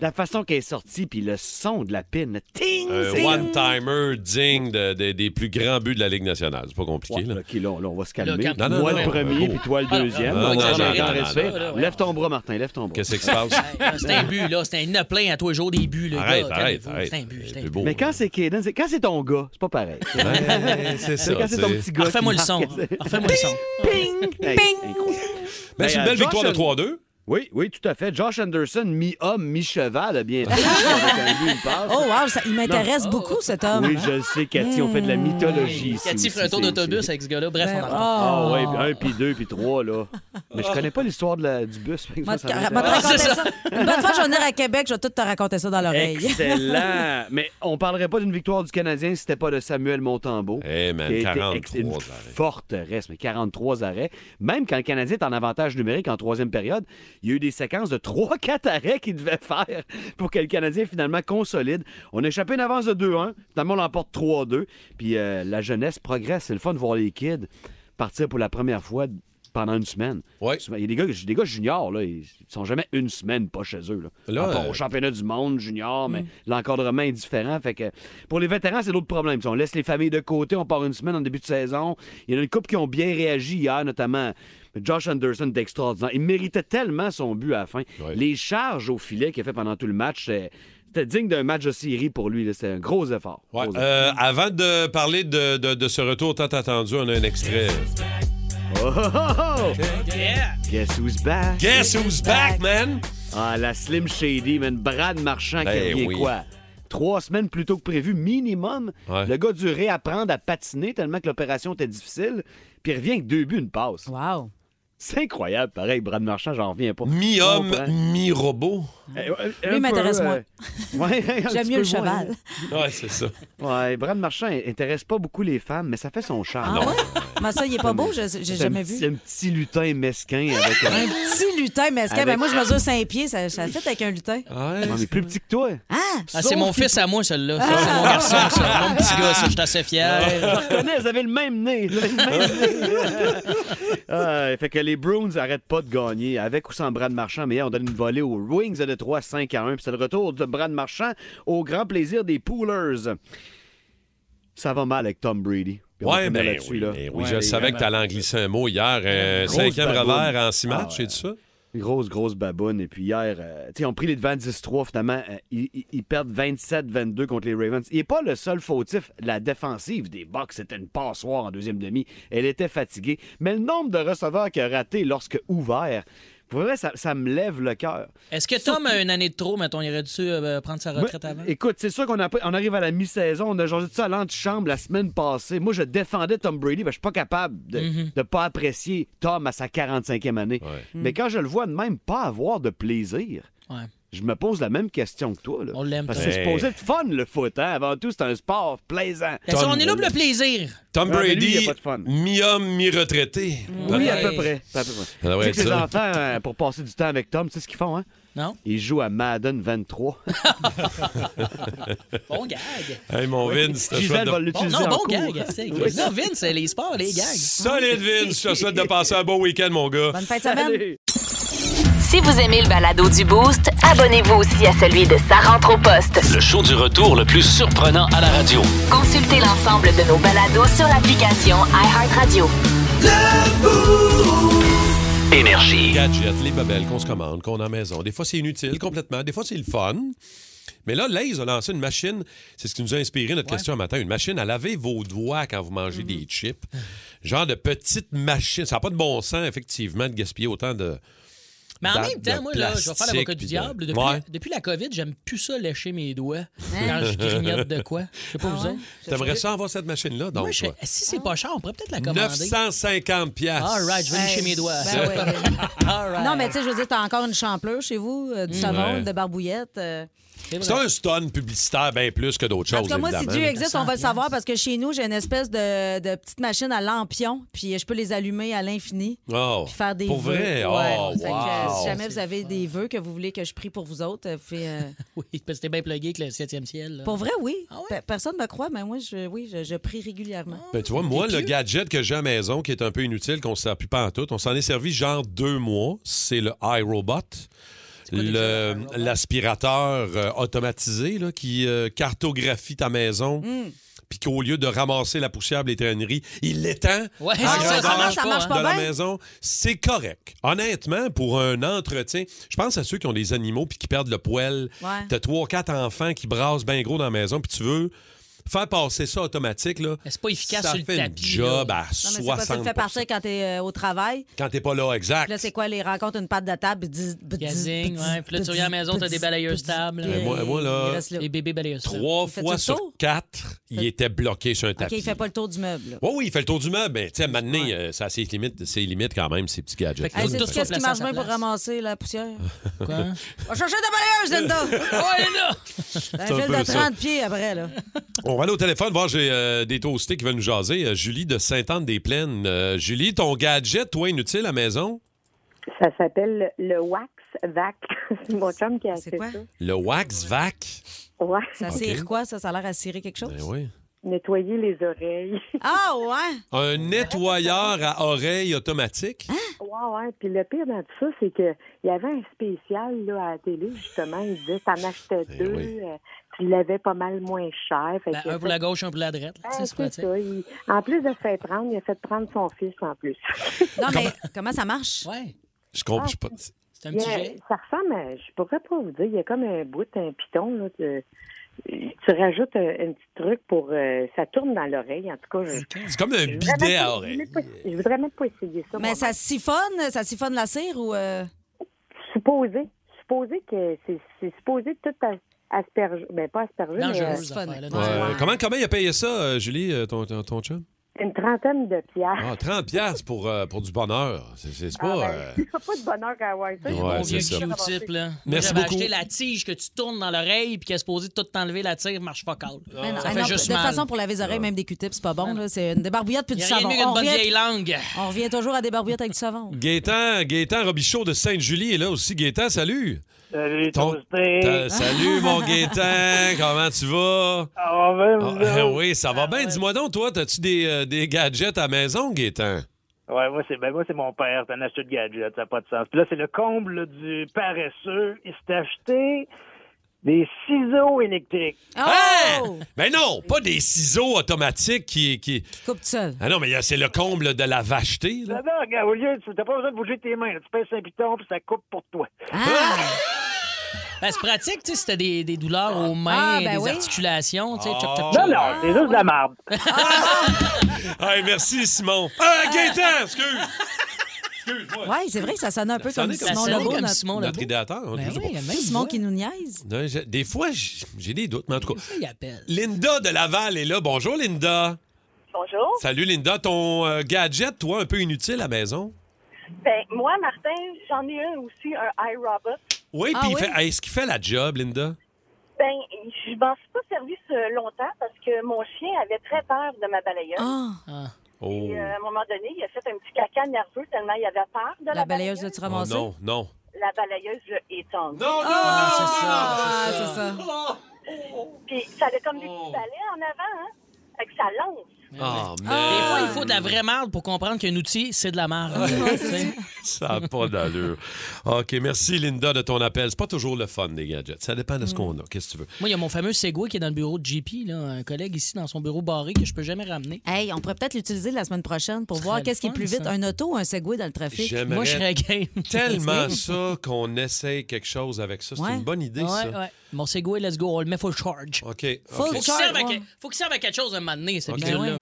L: la façon qu'elle est sortie, puis le son de la pine, le ting,
C: Un
L: ting.
C: one-timer digne de- de- des plus grands buts de la Ligue nationale. C'est pas compliqué. là.
L: on va se calmer. Moi le premier, puis toi le deuxième.
C: Oh. Ah, Non, non,
L: Donc,
C: non,
L: on est dans
C: non, non,
L: le respect.
C: non, non.
L: Lève ton bras, Martin, lève ton bras.
C: Qu'est-ce qui se passe?
E: C'est un but, là. C'est un a plein à tous les jours des buts, là.
L: Arrête,
E: gars.
L: arrête,
E: Calmez-vous.
L: arrête.
E: C'est un but, c'est un but.
C: hein?
L: Mais quand c'est Kaden, c'est- quand c'est ton gars, c'est pas
C: *laughs*
L: pareil.
E: Ouais,
C: c'est ça,
L: Quand c'est ton
C: c'est-
L: petit gars.
E: Ah, fais-moi
L: qui
E: le son.
L: marque, c'est-
E: Ah, fais-moi le son.
L: *laughs* Ping! Hey, incroyable.
C: Mais c'est une
L: Ben,
C: belle
L: Josh
C: victoire de
L: An-
C: 3-2.
L: Oui, oui, tout à fait. Josh Anderson, mi-homme, mi-cheval, a bien
E: *laughs*
L: fait. Avec un but, une passe.
D: Oh, wow, ça- il m'intéresse
L: Non.
D: beaucoup, cet homme.
L: Oui, je le sais, Cathy, on fait de la mythologie ici
E: Cathy
L: aussi,
E: fait un tour
L: c'est-
E: d'autobus avec ce gars-là. Bref,
D: Ben,
E: on en
L: Ah
E: reparle.
L: ouais, puis un, puis deux, puis trois, là. Mais je connais pas l'histoire de la- du bus. mais
D: Moi,
L: ça,
D: te-
L: Ah, ça
D: moi, te
E: Ah,
L: m'intéresse.
D: raconter ça. Une bonne fois, je vais venir à Québec, je vais tout te raconter ça dans l'oreille.
L: Excellent. Mais on parlerait pas d'une victoire du Canadien si c'était pas de Samuel Montembeau.
C: Eh, man,
L: qui a été
C: 43
L: ex- une
C: arrêts.
L: forteresse, mais 43 arrêts. Même quand le Canadien est en avantage numérique en troisième période, il y a eu des séquences de 3-4 arrêts qu'il devait faire pour que le Canadien finalement consolide. On a échappé une avance de 2-1. Finalement, on l'emporte 3-2. Puis euh, la jeunesse progresse. C'est le fun de voir les kids partir pour la première fois pendant une semaine. Souvent, Il y a des gars, des gars juniors, là, ils ils sont jamais une semaine pas chez eux. Là.
C: Là,
L: À part
C: euh,
L: au championnat du monde junior, mais l'encadrement est différent. Fait que pour les vétérans, c'est d'autres problèmes. On laisse les familles de côté, on part une semaine en début de saison. Il y en a une couple qui ont bien réagi hier, notamment Josh Anderson était extraordinaire. Il méritait tellement son but à la fin. Les charges au filet qu'il a fait pendant tout le match, c'est- c'était digne d'un match de série pour lui. là. C'était un gros effort.
C: Ouais, euh, avant de parler de, de- de ce retour tant attendu, on a un extrait.
L: Oh, oh, oh! Guess who's back?
C: Guess who's back, man?
L: Ah, la Slim Shady, man. Brad Marchand qui
C: Ben
L: revient
C: oui.
L: quoi? Trois semaines plus tôt que prévu, minimum.
C: Ouais.
L: Le gars a dû réapprendre à patiner tellement que l'opération était difficile. Puis il revient avec deux buts, une passe.
D: Wow!
L: C'est incroyable, pareil, Brad Marchand, j'en reviens pas.
C: Mi-homme,
L: Comprends.
C: mi-robot.
L: Eh, ouais, un
D: Lui,
L: peu,
D: m'intéresse
L: euh,
D: moins.
L: *laughs* ouais, un petit
D: J'aime mieux
L: peu
D: le
L: moins, hein.
D: cheval.
C: Ouais, c'est ça.
L: Ouais, Brad Marchand intéresse pas beaucoup les femmes, mais ça fait son charme.
D: *laughs*
L: Ah,
D: Mais Ah ça, il est pas beau, je- j'ai
L: C'est un
D: jamais
L: petit-
D: vu.
L: C'est un petit lutin mesquin avec un.
D: Un petit lutin, mais est-ce que-
L: Avec-
D: ben moi, je mesure 5 pieds, ça, ça fait avec un lutin.
L: Ouais, mais plus petit que toi.
D: Ah,
E: Ah, c'est mon fils à moi, celui-là. Ça, C'est mon
L: Ah!
E: garçon, ça. Mon petit gars, ça. Je suis assez fier.
L: Je reconnais, Ben, vous avez le même nez. vous avez le même nez. Ah, fait que les Bruins n'arrêtent pas de gagner, avec ou sans Brad Marchand. Mais hier, on donne une volée aux Wings de 3, 5 à 1. Puis c'est le retour de Brad Marchand au grand plaisir des Poolers. Ça va mal avec Tom Brady. Puis on va
C: Ouais,
L: finir
C: ben
L: là-dessus,
C: oui,
L: là.
C: ben oui, je savais que t'allais en glisser un mot hier. euh, Un
L: Grosse
C: cinquième
L: baboune.
C: revers en six
L: Ah
C: matchs, c'est ça?
L: Une Grosse, grosse baboune. Et puis hier, euh, tu sais, on pris les devants 10-3, finalement. euh, ils, ils- ils perdent 27-22 contre les Ravens. Il n'est pas le seul fautif. La défensive des Bucks, c'était une passoire en deuxième demi. Elle était fatiguée. Mais le nombre de receveurs qui a raté lorsque ouvert, pour vrai, ça, ça me lève le cœur.
E: Est-ce que Tom a une année de trop, mettons, il aurait dû euh, prendre sa retraite
L: Moi,
E: avant?
L: Écoute, c'est sûr qu'on a- on arrive à la mi-saison. On a changé de ça à l'antichambre la semaine passée. Moi, je défendais Tom Brady. Ben, je suis pas capable de ne
E: Mhm.
L: pas apprécier Tom à sa 45e année. Mais quand je le vois de même pas avoir de plaisir,
E: Ouais.
L: je me pose la même question que toi. Là. On l'aime, Parce que
C: Tom.
L: c'est
C: Hey.
L: supposé être fun, le foot. hein. Avant tout, c'est un sport plaisant.
E: Parce qu'on Ben, est là pour le plaisir.
C: Tom
L: Ah, mais lui, il
C: Brady,
L: y a pas de fun.
C: mi-homme, mi-retraité.
L: Oui, à peu près. À peu près.
C: Ça devrait
L: Tu sais que
C: être
L: les
C: Ah ça.
L: enfants, euh, pour passer du temps avec Tom, tu sais ce qu'ils font, hein?
E: Non.
L: Ils jouent à Madden 23.
E: Bon gag.
C: Hey, mon Vince, je te souhaite
L: Gisèle
C: de-
L: va l'utiliser
E: Oh, non,
L: en
E: bon
L: cours.
E: gag. c'est-
L: Oui.
E: Non, Vince, c'est les sports, les gags.
C: Solide, Vince. Je te souhaite de passer un bon week-end, mon gars.
D: Bonne fête de semaine.
A: Si vous aimez le balado du Boost, abonnez-vous aussi à celui de Sa rentre au poste.
B: Le show du retour le plus surprenant à la radio.
A: Consultez l'ensemble de nos balados sur l'application iHeartRadio.
C: Énergie. Gadgets, les babelles qu'on se commande, qu'on a à la maison. Des fois, c'est inutile complètement. Des fois, c'est le fun. Mais là, Lays a lancé une machine. C'est ce qui nous a inspiré notre question un matin. Une machine à laver vos doigts quand vous mangez
M: Mhm.
C: des chips. Genre de petite machine. Ça n'a pas de bon sens, effectivement, de gaspiller autant de,
M: Mais en
C: dans
M: même temps,
C: le
M: moi, là, je vais faire
C: plastique
M: l'avocat du
C: puis de-
M: diable. Depuis,
C: Ouais.
M: depuis la COVID, j'aime plus ça lécher mes doigts
C: Hein?
M: quand
C: *laughs*
M: je grignote de quoi. Je sais pas
D: Ah
M: vous autres.
C: T'aimerais ça avoir cette machine-là, donc?
M: Moi, je-
C: toi?
M: Eh, si c'est pas cher, on pourrait peut-être la commander.
C: 950 piastres.
M: All right, je vais lécher mes doigts.
D: Ben ouais.
C: *laughs*
M: All right.
D: *laughs* Non, mais tu sais, je veux dire, t'as encore une champleur chez vous, euh, du
C: Mm.
D: savon,
C: Ouais.
D: de barbouillette. euh.
C: C'est un stun publicitaire bien plus que d'autres
D: En
C: choses,
M: Oh,
D: tout cas, moi, si
C: évidemment.
D: Dieu existe, on va le savoir parce que chez nous, j'ai une espèce de, de petite machine à lampion, puis je peux les allumer à l'infini.
C: Oh.
D: Puis faire des
C: Pour
D: vœux.
C: vrai?
D: Ouais.
C: Oh,
D: Fait que, euh,
C: wow.
D: si jamais vous avez des vœux que vous voulez que je prie pour vous autres, euh, vous pouvez, euh,
M: *laughs* Oui, parce que t'es bien plugué avec le 7e ciel. là. Ah
D: Pour vrai, oui. Pe- Personne ne me croit, mais moi, je, oui, je, je prie régulièrement.
C: Ben, tu vois, moi, le gadget que j'ai à la maison, qui est un peu inutile, qu'on ne sert plus pas en tout, on s'en est servi genre deux mois, c'est le iRobot. Le- L'aspirateur euh, automatisé là, qui euh, cartographie ta maison,
D: Hmm.
C: puis qu'au lieu de ramasser la poussière et les traîneries, il l'étend
M: Ouais,
C: à
M: c'est ça, ça
C: grandeur
M: marche pas, hein.
C: Ah,
D: Ah,
C: de la
M: bien.
C: maison. C'est correct. Honnêtement, pour un entretien, je pense à ceux qui ont des animaux puis qui perdent le poêle.
M: Ouais.
C: T'as trois, quatre enfants qui brassent bien gros dans la maison, puis tu veux faire passer ça automatique. Là,
M: c'est pas efficace
C: ça
M: sur le
C: fait
M: tapis,
C: une job
M: là.
C: à
D: Non, mais c'est pas ça,
C: 60
D: tu fais partir quand t'es euh, au travail.
C: Quand t'es pas là,
D: Puis là,
C: exact.
D: c'est quoi, les rencontres, une patte de table, bzz, bzz,
M: Gazing,
D: bzz,
M: ouais. Puis là, tu reviens à la maison, t'as des balayeuses tables.
L: Eh,
C: Mais moi- moi, là, Il reste
M: Les bébés balayeuses tables.
C: Trois
D: Fais-tu
C: fois
D: le
C: sur
D: tour?
C: quatre, il était bloqué sur un
D: OK,
C: tapis.
D: il fait pas le tour du meuble. là.
C: Oui, oui, il fait le tour du meuble, mais tu sais, maintenant, euh, ça a ses limites, ses limites quand même, ces petits gadgets.
D: Hey, c'est qu'est-ce qui mange bien pour ramasser la poussière?
C: *laughs* Quoi?
D: On va chercher de balayeuse,
M: *laughs*
D: Linda!
M: oh, Linda!
D: Un
C: C'est un
D: fil
C: peu
D: Ben, de
C: ça.
D: 30 pieds après, là. Ah,
C: On va aller au téléphone voir, j'ai euh, des toastés qui veulent nous jaser. Euh, Julie de Sainte-Anne-des-Plaines. Euh, Julie, ton gadget, toi, inutile à la maison?
N: Ça s'appelle le wax vac. *laughs* C'est mon chum qui a acheté ça.
C: Le wax vac?
N: Ouais.
D: Ça
C: Ok.
D: cire quoi, ça? Ça a l'air à cirer quelque chose?
C: Ben oui.
N: Nettoyer les oreilles.
D: Ah, ouais?
C: Un nettoyeur à oreille automatique?
N: Ouais, ouais. Puis le pire dans tout ça, c'est que il y avait un spécial là, à la télé, justement. Il disait t'en achetais deux, euh, tu l'avais pas mal moins cher. Fait
M: Ben,
N: que-
M: un pour la gauche, un pour la droite. là.
N: Ah,
M: Tu sais, c'est
N: c'est
M: pratique.
N: ça. Il- En plus de se faire prendre, il a fait prendre son fils en plus.
D: Non, mais comment ça marche?
M: Ouais.
C: Je
D: Ah.
C: comprends je sais pas.
M: C'est
N: Il y a- Ça ressemble à, je pourrais pas vous dire, il y a comme un bout, un piton, là, de- tu rajoutes un, un petit truc pour, euh, ça tourne dans l'oreille, en tout cas. je-
C: C'est comme un
N: je voudrais
C: bidet
N: même
C: à
N: pas-
C: oreille.
N: même pas- Je voudrais même pas essayer ça.
D: Mais ça siphonne, ça siphonne la cire ou... euh,
N: Supposé, supposé que c'est c'est supposé tout as- asperger, mais pas asperger, mais euh,
C: Euh, comment, comment il a payé ça, euh, Julie, euh, ton, ton, ton chum?
N: une trentaine de pierres.
C: Ah, 30 piastres pour, euh, pour du bonheur. C'est- C'est
N: Ah,
C: pas...
N: ben,
C: euh,
N: il faut *laughs* pas de bonheur qu'à avoir ça.
C: Ouais,
M: Mon
C: c'est
M: vieux
C: ça.
M: Q-tip, là. Moi,
C: Merci
M: J'avais
C: beaucoup.
M: acheté la tige que tu tournes dans l'oreille puis qui est supposée tout t'enlever la tire, marche pas calme.
D: Ben non,
M: Ça
D: ah
M: fait
D: non,
M: juste
D: de toute
M: mal. Ah.
D: façon, pour laver les oreilles, même des Q-tips, c'est pas bon. là. C'est une des barbouillettes puis
M: Y
D: du
M: a rien de
D: savon.
M: mieux qu'une
D: On
M: bonne
D: revient-
M: vieille langue.
D: On revient toujours à des barbouillettes avec
M: *laughs*
D: du savon.
C: Gaétan, Gaétan Robichaud de Sainte-Julie est là aussi. Gaétan, salut!
O: Salut,
C: Ton-
O: Toasté.
C: ta- Salut, mon
O: *laughs*
C: Gaétan! Comment tu vas?
O: Ça va bien, vous
C: Ah, eh
O: autres?
C: oui, ça va bien. Dis-moi donc, toi, as-tu des, euh, des gadgets à la maison, Gaétan?
O: Ouais, moi, c'est ben, moi, c'est mon père. T'en as acheté de gadget, ça n'a pas de sens. Puis là, c'est le comble là, du paresseux. Il s'est acheté des ciseaux électriques.
D: Oh!
C: Hein? Ben non, pas des ciseaux automatiques qui... qui...
D: coupe seul.
C: Ah non, mais euh, c'est le comble de la vacheté. là.
O: Non, non, regarde, au lieu, tu n'as pas besoin de bouger tes mains. là. Tu pèses un piton, puis ça coupe pour toi.
M: Ben, c'est pratique, tu sais, si t'as des, des douleurs aux mains,
O: Ah, ben
M: des
O: oui.
M: articulations, tu sais.
C: Ah.
M: tchop, tchop,
O: Non,
M: tchop.
O: non, c'est juste de
M: *laughs*
O: la marde.
C: Hey, merci, Simon. Ah,
M: Euh,
C: Gaétan, excuse!
D: Oui, c'est vrai que ça sonne un peu
C: Ça
D: comme
C: sonnait
D: Simon Legault. notre- Ben
C: Notre idéateur. hein, je sais pas.
D: C'est Simon qui nous niaise.
C: Non, je- Des fois, j- j'ai des doutes, mais en tout cas.
M: Il appelle.
C: Linda de Laval est là. Bonjour, Linda.
P: Bonjour.
C: Salut, Linda. Ton euh, gadget, toi, un peu inutile à maison?
P: Ben, moi, Martin, j'en ai un aussi, un iRobot.
C: Oui, puis il fait- hey, est-ce qu'il fait la job, Linda?
P: Ben, je m'en suis pas servi ce longtemps parce que mon chien avait très peur de ma balayeuse.
D: Ah.
C: Oh.
P: Puis, euh, à un moment donné, il a fait un petit caca nerveux tellement il avait peur de la,
D: La balayeuse de tu
C: Oh,
D: ramasser?
C: non, non.
P: La balayeuse, je étendue.
C: Non,
D: non, Ah, non, c'est non, ça, non, Oh, c'est non. ça.
P: Puis ça avait comme des
D: Oh.
P: petits balais en avant, hein? Fait que ça lance.
C: Ah,
M: Des fois, il
C: mais
M: faut de la vraie merde pour comprendre qu'un outil, c'est de la
E: Ah,
M: merde. Tu
C: *laughs*
M: sais.
C: ça n'a pas d'allure. OK, merci, Linda, de ton appel. C'est pas toujours le fun, des gadgets. Ça dépend de ce
M: Mm.
C: qu'on a. Qu'est-ce que tu veux?
M: Moi, il y a mon fameux Segway qui est dans le bureau de JP, là, un collègue ici dans son bureau barré que je peux jamais ramener.
D: Hey, on pourrait peut-être l'utiliser la semaine prochaine pour voir
M: serait
D: qu'est-ce qui est
M: le
D: plus
M: fun,
D: vite,
M: ça.
D: un auto ou un Segway dans le trafic.
C: J'aimerais tellement ça qu'on essaye quelque chose avec ça. C'est
M: Ouais.
C: une bonne idée,
M: Ouais,
C: ça.
M: ouais. Mon Segway, let's go, on le met full charge.
C: OK.
M: Faut qu'il
C: charge,
M: serve à
C: ouais.
M: que- faut qu'il serve à quelque chose à un moment donné, ce
C: Ok.
M: bidule-là.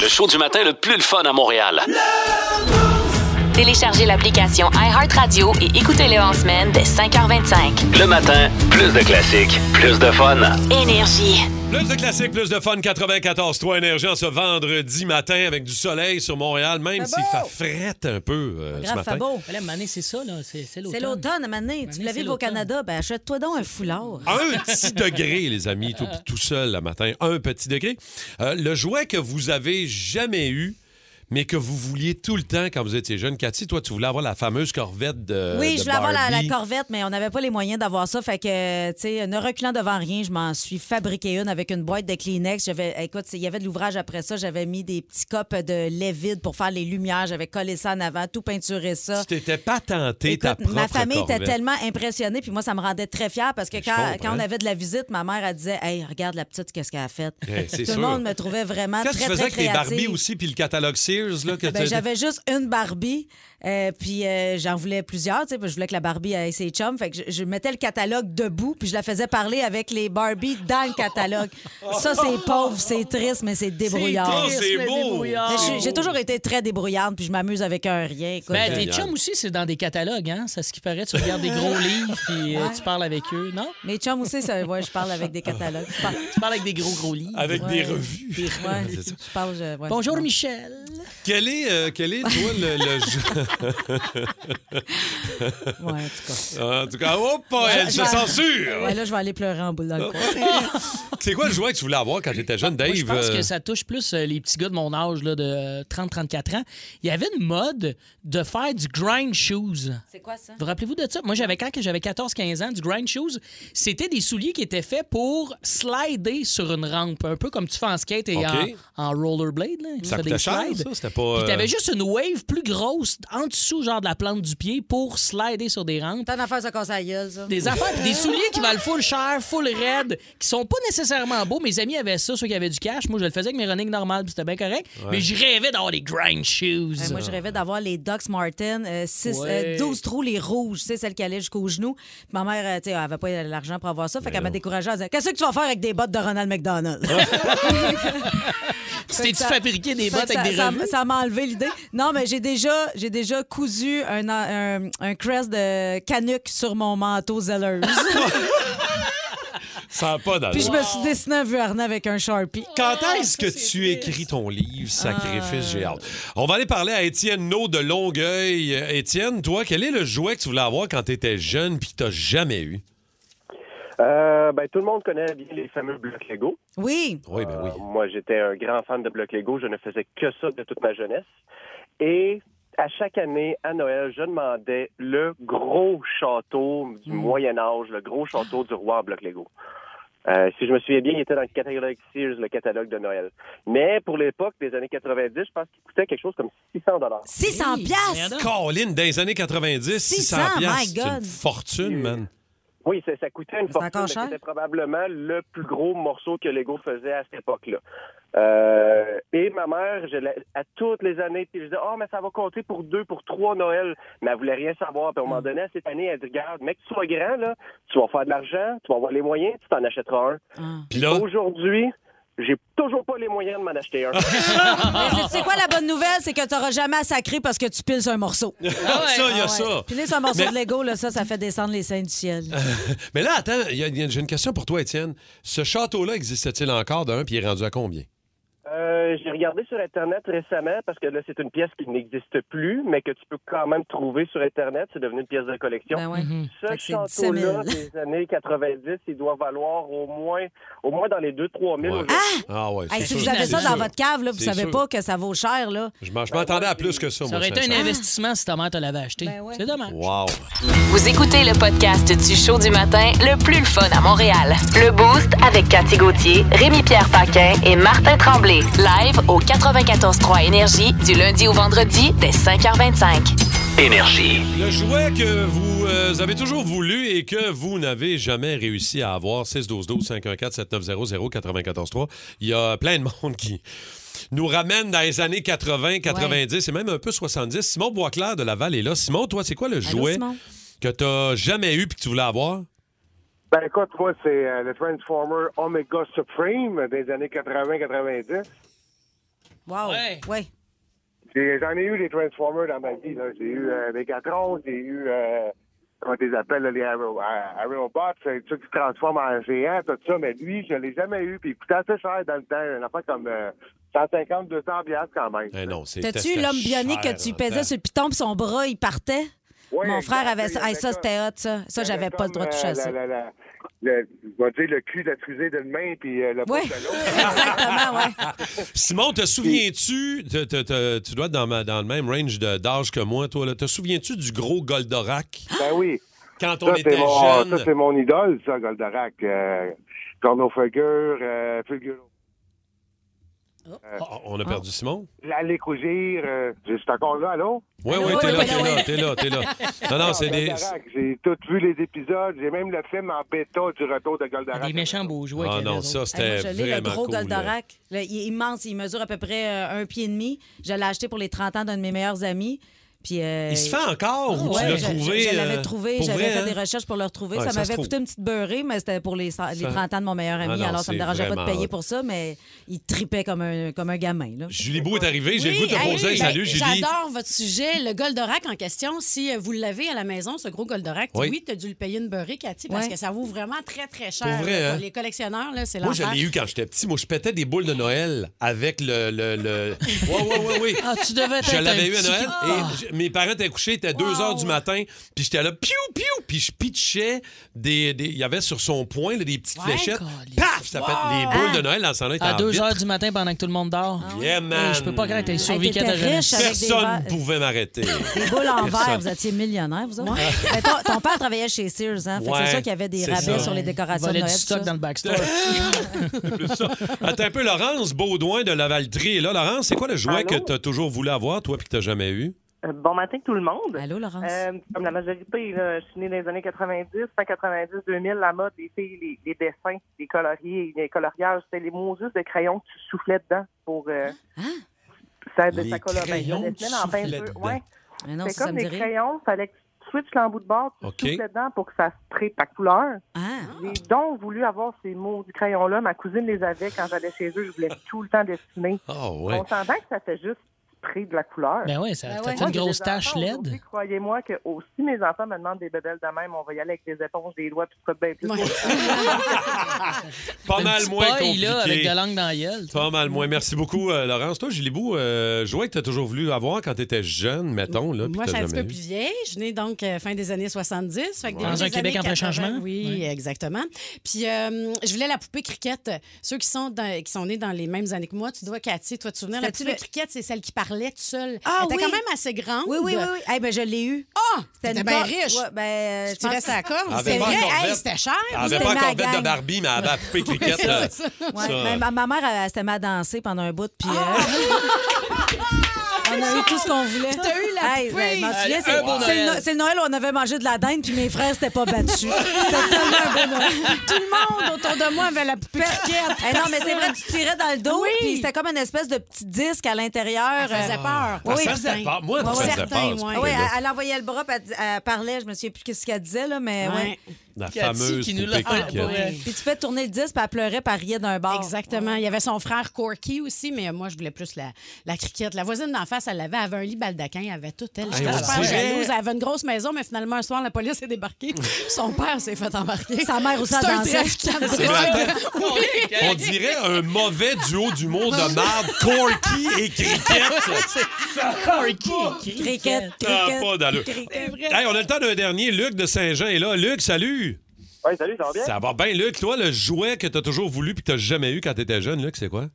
B: Le show du matin le plus le fun à Montréal.
A: Téléchargez l'application iHeartRadio et écoutez-le en semaine dès 5h25.
B: Le matin, plus de classiques, plus de fun.
A: Énergie.
C: Plus de classiques, plus de fun. 94-3 Énergie en ce vendredi matin avec du soleil sur Montréal, même s'il fait frette un peu euh, ce
D: Grave,
C: matin.
D: fait beau.
M: Là, Mané, c'est ça, là. C'est c'est l'automne.
D: C'est l'automne, à Mané. Tu voulais
M: c'est
D: vivre au
M: l'automne.
D: Canada, ben achète-toi donc un foulard. *laughs*
C: Un petit degré, les amis,
D: Euh.
C: tout, tout seul le matin. Un petit degré. Euh, le jouet que vous avez jamais eu, mais que vous vouliez tout le temps quand vous étiez jeune. Cathy, toi, tu voulais avoir la fameuse corvette de.
D: Oui,
C: euh, de
D: je voulais avoir la, la
C: Barbie.
D: corvette, mais on n'avait pas les moyens d'avoir ça. Fait que, euh, tu sais, ne reculant devant rien, je m'en suis fabriqué une avec une boîte de Kleenex. J'avais, écoute, il y avait de l'ouvrage après ça. J'avais mis des petits copes de lait vide pour faire les lumières. J'avais collé ça en avant, tout peinturé ça.
C: Tu t'étais patenté ta propre
D: Ma famille
C: corvette.
D: était tellement impressionnée, puis moi, ça me rendait très fière parce que quand,
C: comprends.
D: quand on avait de la visite, ma mère, elle disait Hey, regarde la petite, qu'est-ce qu'elle a fait.
C: Eh, c'est
D: Tout
C: sûr.
D: le monde me trouvait vraiment
C: Qu'est-ce
D: très,
C: que tu faisais
D: très
C: avec les
D: créative.
C: Barbies aussi, puis le catalogue Sears? Là, que *laughs*
D: Ben,
C: tu-
D: j'avais juste une Barbie, euh, puis euh, j'en voulais plusieurs, tu sais, parce que je voulais que la Barbie ait ses chums, fait que je, je mettais le catalogue debout, puis je la faisais parler avec les Barbies dans le catalogue. Ça, c'est pauvre, c'est triste, mais c'est débrouillard.
M: triste, C'est mais beau. débrouillard.
D: Mais je suis- J'ai toujours été très débrouillarde, puis je m'amuse avec un rien. écoute.
M: Ben, tes chums aussi, c'est dans des catalogues, hein? C'est ce qui paraît. Tu regardes des
D: *laughs*
M: gros livres, puis euh,
D: Ouais.
M: tu parles avec eux, non?
D: Mes chums aussi, ça, ouais, je parle avec des catalogues. Je parle-
M: Tu parles avec des gros, gros livres.
C: Avec
D: Ouais.
C: des revues.
D: Des- ouais,
C: C'est ça.
D: je parle, je- ouais.
M: Bonjour, Michel.
C: Quel est, euh, quel est, toi, le, le *laughs* jeu?
D: Ouais, en
C: tout cas. En tout cas, hop, elle
D: Je-
C: se
D: je-
C: censure!
D: Ouais, là, je vais aller pleurer en boule dans le coin.
C: C'est quoi le jouet que tu voulais avoir quand t'étais jeune, Dave?
M: Moi, je pense
C: Euh,
M: que ça touche plus euh, les petits gars de mon âge, là, de 30-34 ans. Il y avait une mode de faire du grind shoes.
D: C'est quoi ça?
M: Vous rappelez-vous de ça? Moi, j'avais quand que j'avais 14-15 ans, du grind shoes, c'était des souliers qui étaient faits pour slider sur une rampe, un peu comme tu fais en skate et
C: OK.
M: en, en rollerblade. Là. Tu
C: Ça
M: fais
C: coûtait cher, ça? C'était pas,
M: Puis
C: euh,
M: t'avais juste une wave plus grosse en dessous, genre de la plante du pied, pour slider sur des rampes.
D: T'as une affaire, ça casse la gueule, ça.
M: Des affaires, puis des souliers qui valent full cher, full raide, qui sont pas nécessairement beaux. Mes amis avaient ça, ceux qui avaient du cash. Moi, je le faisais avec mes running normales, puis c'était bien correct.
D: Ouais.
M: Mais je rêvais d'avoir des grind shoes.
D: Euh, moi, je rêvais d'avoir les Docs Martin, euh, six-
M: Ouais.
D: euh, 12 trous, les rouges, c'est celles qui allaient jusqu'aux genoux. Puis Ma mère, euh, tu sais, elle avait pas l'argent pour avoir ça,
M: Ben
D: fait qu'elle m'a découragée. Elle disait Qu'est-ce que tu vas faire avec des bottes de Ronald McDonald *laughs*
M: Tu t'es-tu
D: Fait que ça-
M: fabriqué des
D: fait
M: bottes
D: que
M: avec
D: ça-
M: des
D: ça-
M: revues?
D: Ça m'a enlevé l'idée. Non, mais j'ai déjà, j'ai déjà cousu un, un, un crest de canuc sur mon manteau Zellers.
C: Ça a
M: Ah,
C: pas d'allure.
D: Puis je me
Q: Ah,
D: suis dessiné un vuarnet avec un Sharpie.
C: Quand est-ce que tu écris ton livre,
Q: Ah.
C: Sacrifice, j'ai hâte? On va aller parler à Étienne No de Longueuil. Euh, Étienne, toi, quel est le jouet que tu voulais avoir quand t'étais jeune puis que t'as jamais eu?
Q: Euh, ben, tout le monde connaît bien les fameux blocs Lego. Euh,
D: Oui.
C: *laughs* Oui, ben oui.
Q: moi, j'étais un grand fan de blocs Lego. Je ne faisais que ça de toute ma jeunesse. Et à chaque année, à Noël, je demandais le gros château
C: Hmm.
Q: du Moyen Âge, le gros château du roi en blocs Lego. Euh, si je me souviens bien, il était dans le catalogue Sears, le catalogue de Noël. Mais pour l'époque des années 90, je pense qu'il coûtait quelque chose comme 600
D: 600 piastres?
C: Colin, dans les années 90, 600,
Q: 600,
C: piastres,
Q: my
C: c'est une
Q: God.
C: fortune, man.
Q: Oui, ça, ça coûtait une fortune.
D: encore
Q: mais
D: cher?
Q: C'était probablement le plus gros morceau que Lego faisait à cette époque-là. Euh, et ma mère, je l'ai- à toutes les années, puis je disais, oh, mais ça va compter pour deux, pour trois Noël. Mais elle voulait rien savoir. Puis à un
D: Mm.
Q: moment donné, cette année, elle dit, regarde, mec, tu sois grand, là, tu vas faire de l'argent, tu vas avoir les moyens, tu t'en achèteras un.
D: Ah.
C: Puis là,
Q: Aujourd'hui, j'ai toujours pas les moyens de m'en
D: *laughs*
Q: acheter un. *laughs*
C: Ah.
D: Mais c'est- c'est quoi la bonne nouvelle? C'est que tu n'auras jamais à sacrer parce que tu piles sur un morceau. Ah
C: ça, il y a ça.
D: Piler sur un morceau
C: Mais- Ah,
D: de Lego, là, ça, ça fait descendre les saints du ciel.
C: Mais là, attends, il y a- il y a- j'ai une question pour toi, Étienne. Ce château-là existe-t-il encore d'un, puis il est rendu à combien?
Q: Euh, j'ai regardé sur Internet récemment parce que là, c'est une pièce qui n'existe plus, mais que tu peux quand même trouver sur Internet. C'est devenu une pièce de collection.
D: Ben ouais. Mhm.
Q: Ce
D: Fait que c'est 17 000.
Q: château-là des années 90, il doit valoir au moins, au moins dans les 2-3 000. aujourd'hui.
C: Ah ouais,
D: Hey,
C: c'est
D: si
C: sûr,
D: vous avez
C: c'est
D: ça dans
C: sûr.
D: votre cave, là, vous
C: C'est
D: savez
C: sûr.
D: pas que ça vaut cher. Là.
C: Je m'en- je m'attendais à plus que ça,
M: Ça
C: moi,
M: aurait été un
C: sincèrement.
M: investissement si ta mère te l'avait acheté.
D: Ben
M: C'est dommage.
C: Wow.
A: Vous écoutez le podcast du show du matin le plus le fun à Montréal. Le Boost avec Cathy Gauthier, Rémi-Pierre Paquin et Martin Tremblay. Live au 94.3 Énergie du lundi au vendredi dès 5h25.
B: Énergie.
C: Le jouet que vous euh, avez toujours voulu et que vous n'avez jamais réussi à avoir, 612-12-514-7900-943. Il y a plein de monde qui nous ramène dans les années 80, 90 et même un peu 70. Simon Boisclair de Laval est là. Simon, toi, c'est quoi le jouet
J: Simon.
C: que tu n'as jamais eu et que tu voulais avoir?
R: Ben écoute, moi, c'est euh, le Transformer Omega Supreme des années 80-90.
D: Wow. Ouais.
R: J'ai- J'en ai eu des Transformers dans ma vie. là. J'ai eu euh, Megatron, j'ai eu, euh, comment tu les appelles, là, les Aero- A- Aerobots, euh, ceux qui se transforment en géant, tout ça. Mais lui, je l'ai jamais eu. Puis il coûtait assez cher dans le temps. Un affaire comme euh, 150, 200 piastres quand même.
C: non,
D: T'as-tu eu l'homme bionique que tu pesais sur le piton puis son bras, il partait? Mon frère avait ça. Hey, ça, c'était hot, ça. Ça, j'avais pas le droit de toucher à ça.
R: euh, La, la, la- le- je vais dire le cul de la fusée d'une main, puis euh, le bras
D: *laughs*
R: de l'autre.
C: Simon, te souviens-tu, te- te- te- tu dois être dans, ma- dans le même range de- d'âge que moi, toi, là. te souviens-tu du gros Goldorak?
R: Ben oui.
C: Quand on
R: Ça,
C: était
R: c'est mon,
C: jeune.
R: Ça, c'est mon idole, ça, Goldorak. Euh, Cornofugger, euh, Fulguro. Euh,
C: Ah, On a perdu Simon?
R: L'allée rougir, euh, je suis encore là, allô?
C: Oui, oui, t'es là, t'es là, t'es là, t'es là. Non, non, c'est
D: Ah,
C: des.
D: ben,
R: Goldorak, J'ai tout vu les épisodes, j'ai même le film en bêta du retour de Goldorak. Des
M: méchants beaux jouets.
C: Ah non, ça, c'était
D: Hey, moi, je l'ai, le
C: vraiment
D: gros
C: cool.
D: Goldorak. Le- il est immense. Il mesure à peu près euh, un pied et demi. Je l'ai acheté pour les 30 ans d'un de mes meilleurs amis. Puis, euh,
C: Il se fait
S: Ah
C: encore ou tu
D: ouais,
C: l'as
D: je-
C: trouvé,
D: Je, je l'avais
C: euh,
D: trouvé.
C: pour
D: J'avais
C: vrai,
D: fait
C: hein?
D: des recherches pour le retrouver.
C: Ouais,
D: ça
C: ça se
D: m'avait
C: trouve.
D: coûté une petite beurrée, mais c'était pour les, cent- les
C: Ça-
D: 30 ans de mon meilleur ami.
C: Ah non,
D: alors, ça me
C: c'est
D: dérangeait pas de
C: vraiment
D: payer
C: hot.
D: pour ça, mais il tripait comme un, comme un gamin. Là.
C: Julie Beau est arrivée, j'ai le goût de te
S: hey,
C: poser.
S: ben,
C: Salut, Julie.
S: J'adore votre sujet, le Goldorak en question. Si euh, vous l'avez à la maison, ce gros Goldorak,
C: Oui.
S: oui, tu as dû le payer une beurrée, Cathy, parce
C: Ouais.
S: que ça vaut vraiment très, très cher.
C: Pour vrai,
S: là,
C: hein?
S: pour les collectionneurs, là, c'est
C: Moi, je
S: l'enfer.
C: l'ai eu quand j'étais petit. Moi, je pétais des boules de Noël avec le. le,
M: *laughs*
C: le... Ouais, ouais, ouais, ouais.
M: Ah, tu devais
C: Je
M: être un
C: l'avais eu à
M: petit-
C: Noël
M: Ah.
C: et j- mes parents étaient couchés, il était 2 h du matin, puis j'étais là, piou, piou, puis je pitchais des. des- Il y avait sur son poing là, des petites
M: Ouais,
C: fléchettes. Paf! Ça fait les boules de Noël dans ce temps-là. étaient
M: À
C: en
M: 2
C: vitre. Ah.
M: h du matin pendant que tout le monde dort.
C: Yeah, man.
M: Hey, je peux pas croire que t'aies survécu
D: Hey,
M: à ta
D: t'étais riche
M: jeunesse.
D: avec des
C: Personne
D: verres.
C: ne pouvait m'arrêter.
D: Des boules
C: *laughs*
D: en
C: Personne.
D: verre, vous étiez millionnaire, vous autres. Mais ton, ton père travaillait chez Sears, hein? Fait que
C: Ouais,
D: c'est sûr qu'il y avait des
C: c'est
D: rabais
C: ça.
D: sur les
M: Il
D: décorations de
M: volait
D: Noël.
M: du
D: tout
M: stock
D: ça.
M: dans le backstore.
C: Attends un peu, Laurence Baudouin de Lavaltrie est là. Laurence, c'est quoi le jouet que tu as toujours voulu avoir, toi, puis que tu jamais eu?
T: Euh, Bon matin tout le monde. Euh,
D: Allô, Laurence.
T: comme la majorité, là, je suis née dans les années 90, fin 90, 2000, la mode, les filles, les, les dessins, les coloriers, les coloriages, c'était les mots juste de crayon que tu soufflais dedans pour... euh,
D: Ah.
T: Ça,
J: Les
T: ça colore. Ben,
J: crayons
T: j'en ai
J: que tu
T: plein dans la
J: soufflais
T: peinture,
J: dedans.
T: ouais.
D: Mais non,
T: C'est
D: ça, ça
T: comme
D: me
T: des
D: dit rien.
T: crayons, fallait que tu switches l'embout de bord, tu
C: OK.
T: souffles dedans pour que ça se traite par couleur.
D: Ah.
T: J'ai donc voulu avoir ces mots du crayon-là. Ma cousine les avait quand j'allais chez eux. Je voulais tout le temps dessiner.
C: Ah
T: On s'entend que ça fait juste spray de la couleur.
M: Ben ouais, ça- Ben ça ouais. fait une
T: Moi, j'ai
M: grosse
T: des
M: tache E
T: enfants
M: laide.
T: aujourd'hui, Croyez-moi que aussi mes enfants me demandent des bébelles de même. On va y aller avec des éponges, des doigts, puis tout bien plus.
D: *laughs*
C: Pas
M: Un
C: mal
M: petit
C: moins
M: paille,
C: compliqué.
M: là, avec de la langue dans la gueule.
C: Pas mal moins. Merci beaucoup, euh, Laurence. Toi, Gilibou, euh, jouet que tu as toujours voulu avoir quand tu étais jeune, mettons, là, puis
S: Moi,
C: que
S: je suis un
C: t'as
S: petit
C: jamais
S: peu
C: eu.
S: plus vieille. Je suis née donc euh, fin des années 70. Fait que
C: Dans
S: début
C: un
S: des
C: Québec
S: années
C: en plein
S: 80,
C: changement.
S: Oui, exactement. Puis, euh, je voulais la poupée cricket. Ceux qui sont, dans- qui sont nés dans les mêmes années que moi, tu dois, Cathy, toi, tu te souviens, la
D: C'était-tu
S: poupée
D: le-
S: cricket, c'est celle qui parlait toute seule.
D: Ah,
S: Elle était
D: oui.
S: quand même assez grande.
D: Oui, oui, oui. oui. Eh ben, je l'ai eu.
S: Ah!
D: C'était
S: C'était
D: une
S: bien
D: corde.
S: riche.
D: Ouais, ben, euh,
S: Tu
D: je pense-
S: tirais sa
M: Ah,
S: corde.
C: Elle
S: C'était
C: avait pas
S: vrai.
C: encore
S: Hey,
C: fait-
S: c'était cher.
C: Elle avait
D: C'était
C: pas
D: ma
C: encore bête
D: gang.
C: de Barbie,
S: *laughs*
C: mais elle avait la poupée cricket.
D: c'est
S: euh,
C: là.
D: ça. Ouais,
C: Ça,
D: ben, ma, ma mère, elle, elle s'était mise à danser pendant un bout, puis.
S: Ah! *laughs*
D: euh, On a eu tout ce qu'on voulait.
S: T'as eu la
D: Hey,
S: poupée.
D: ben, je m'en souviens,
S: Un
D: c'est
S: beau
D: c'est le,
S: Noël.
D: no- c'est le Noël où on avait mangé de la dinde, puis mes frères s'étaient
S: *laughs*
D: pas battus. C'était tellement un beau *laughs* Noël.
S: Tout le monde autour de moi avait la poupée cricket.
D: Eh non, mais c'est vrai, tu tirais dans le dos, puis c'était comme une espèce de petit disque à l'intérieur. euh,
S: Elle faisait peur.
D: Oui,
S: Elle
D: puis-
S: faisait peur. Moi, elle
D: Ah Ouais,
S: me faisait
D: certain,
S: peur, cette
D: ouais. ah,
S: poupée-là.
D: Oui, elle, elle envoyait le bras, puis elle, elle parlait, je me souviens plus qu'est-ce qu'elle disait, là, mais ouais.
C: La
S: Cathy
C: fameuse
S: qui nous
C: poupée
S: l'a- Ah,
C: cricket.
S: ouais.
C: *laughs*
D: Puis tu fais tourner le disque, puis elle pleurait, puis elle riait d'un bar.
S: Exactement. Il y avait son frère Corky aussi, mais euh, moi, je voulais plus la, la cricket. La voisine d'en face, elle l'avait, elle avait un lit baldaquin, elle avait tout,
C: Ah,
S: elle.
D: Hey,
S: J'étais
D: on
S: super
D: dirait-
S: jalouse. Elle avait une grosse maison, mais finalement, un soir, la police est
C: *laughs*
S: débarquée. Son père s'est fait embarquer. Sa
D: mère aussi,
S: C'est
D: elle
S: un
D: dansait.
S: trafiquant de
C: C'est
S: drogue.
C: vrai,
M: *laughs*
S: Oui.
C: On dirait un mauvais duo du monde de marde, Corky et
M: *laughs*
C: Cricket.
S: Corky.
D: Cricket,
C: Ça a pas d'allure.
S: C'est vrai.
C: Hey, on a le temps d'un dernier. Luc de Saint-Jean est là. Luc, salut!
U: Oui, salut, ça va bien?
C: Ça va bien, Luc. Toi, le jouet que t'as toujours voulu puis que t'as jamais eu quand t'étais jeune, Luc, c'est quoi?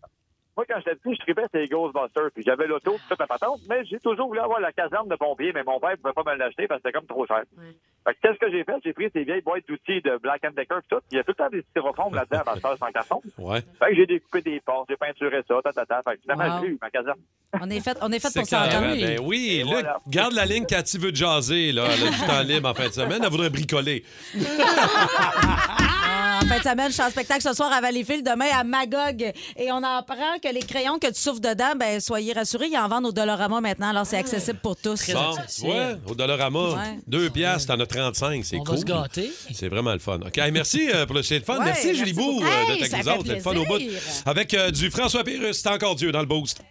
U: Moi, quand j'étais petit, je tripais sur les Ghostbusters, puis j'avais l'auto, puis toute ma patente, mais j'ai toujours voulu avoir la caserne de pompiers, mais mon père ne pouvait pas me l'acheter parce que c'était comme trop cher. Fait que qu'est-ce que j'ai fait? J'ai pris ces vieilles boîtes d'outils de Black and Decker pis tout. Il y a tout le temps des styrofoams là-dedans, à Bastard sans carton.
C: Ouais.
U: Fait que j'ai découpé des portes, j'ai peinturé ça, ta, ta, ta. Fait que finalement,
D: Wow.
U: j'ai eu ma caserne.
D: On est fait, on est fait
C: C'est
D: pour ça.
C: carré.
D: entendre.
C: Ben oui, Luc,
D: voilà.
C: garde la ligne Cathy veut jaser. Là. Elle a du temps libre en fin de semaine. Elle voudrait bricoler.
D: Ah, En fin de semaine, je suis en spectacle ce soir à Valleyfield, demain à Magog. Et on apprend que les crayons que tu souffles dedans, ben soyez rassurés, ils en vendent au Dolorama maintenant, alors c'est accessible pour tous.
C: Bon, tu vois, au Dollarama,
D: Ouais.
C: deux piastres, t'en as 35, c'est
D: On
C: cool.
D: va se gâter.
C: C'est vraiment le fun. OK, merci euh, pour le c'est le fun.
D: Ouais,
C: merci,
D: merci
C: Julie
D: beaucoup.
C: Bou euh,
D: Hey,
C: d'être
D: ça fait
C: avec nous autres. C'est le fun au bout.
D: plaisir.
C: Avec euh, du François Pérus, c'est encore Dieu dans le boost.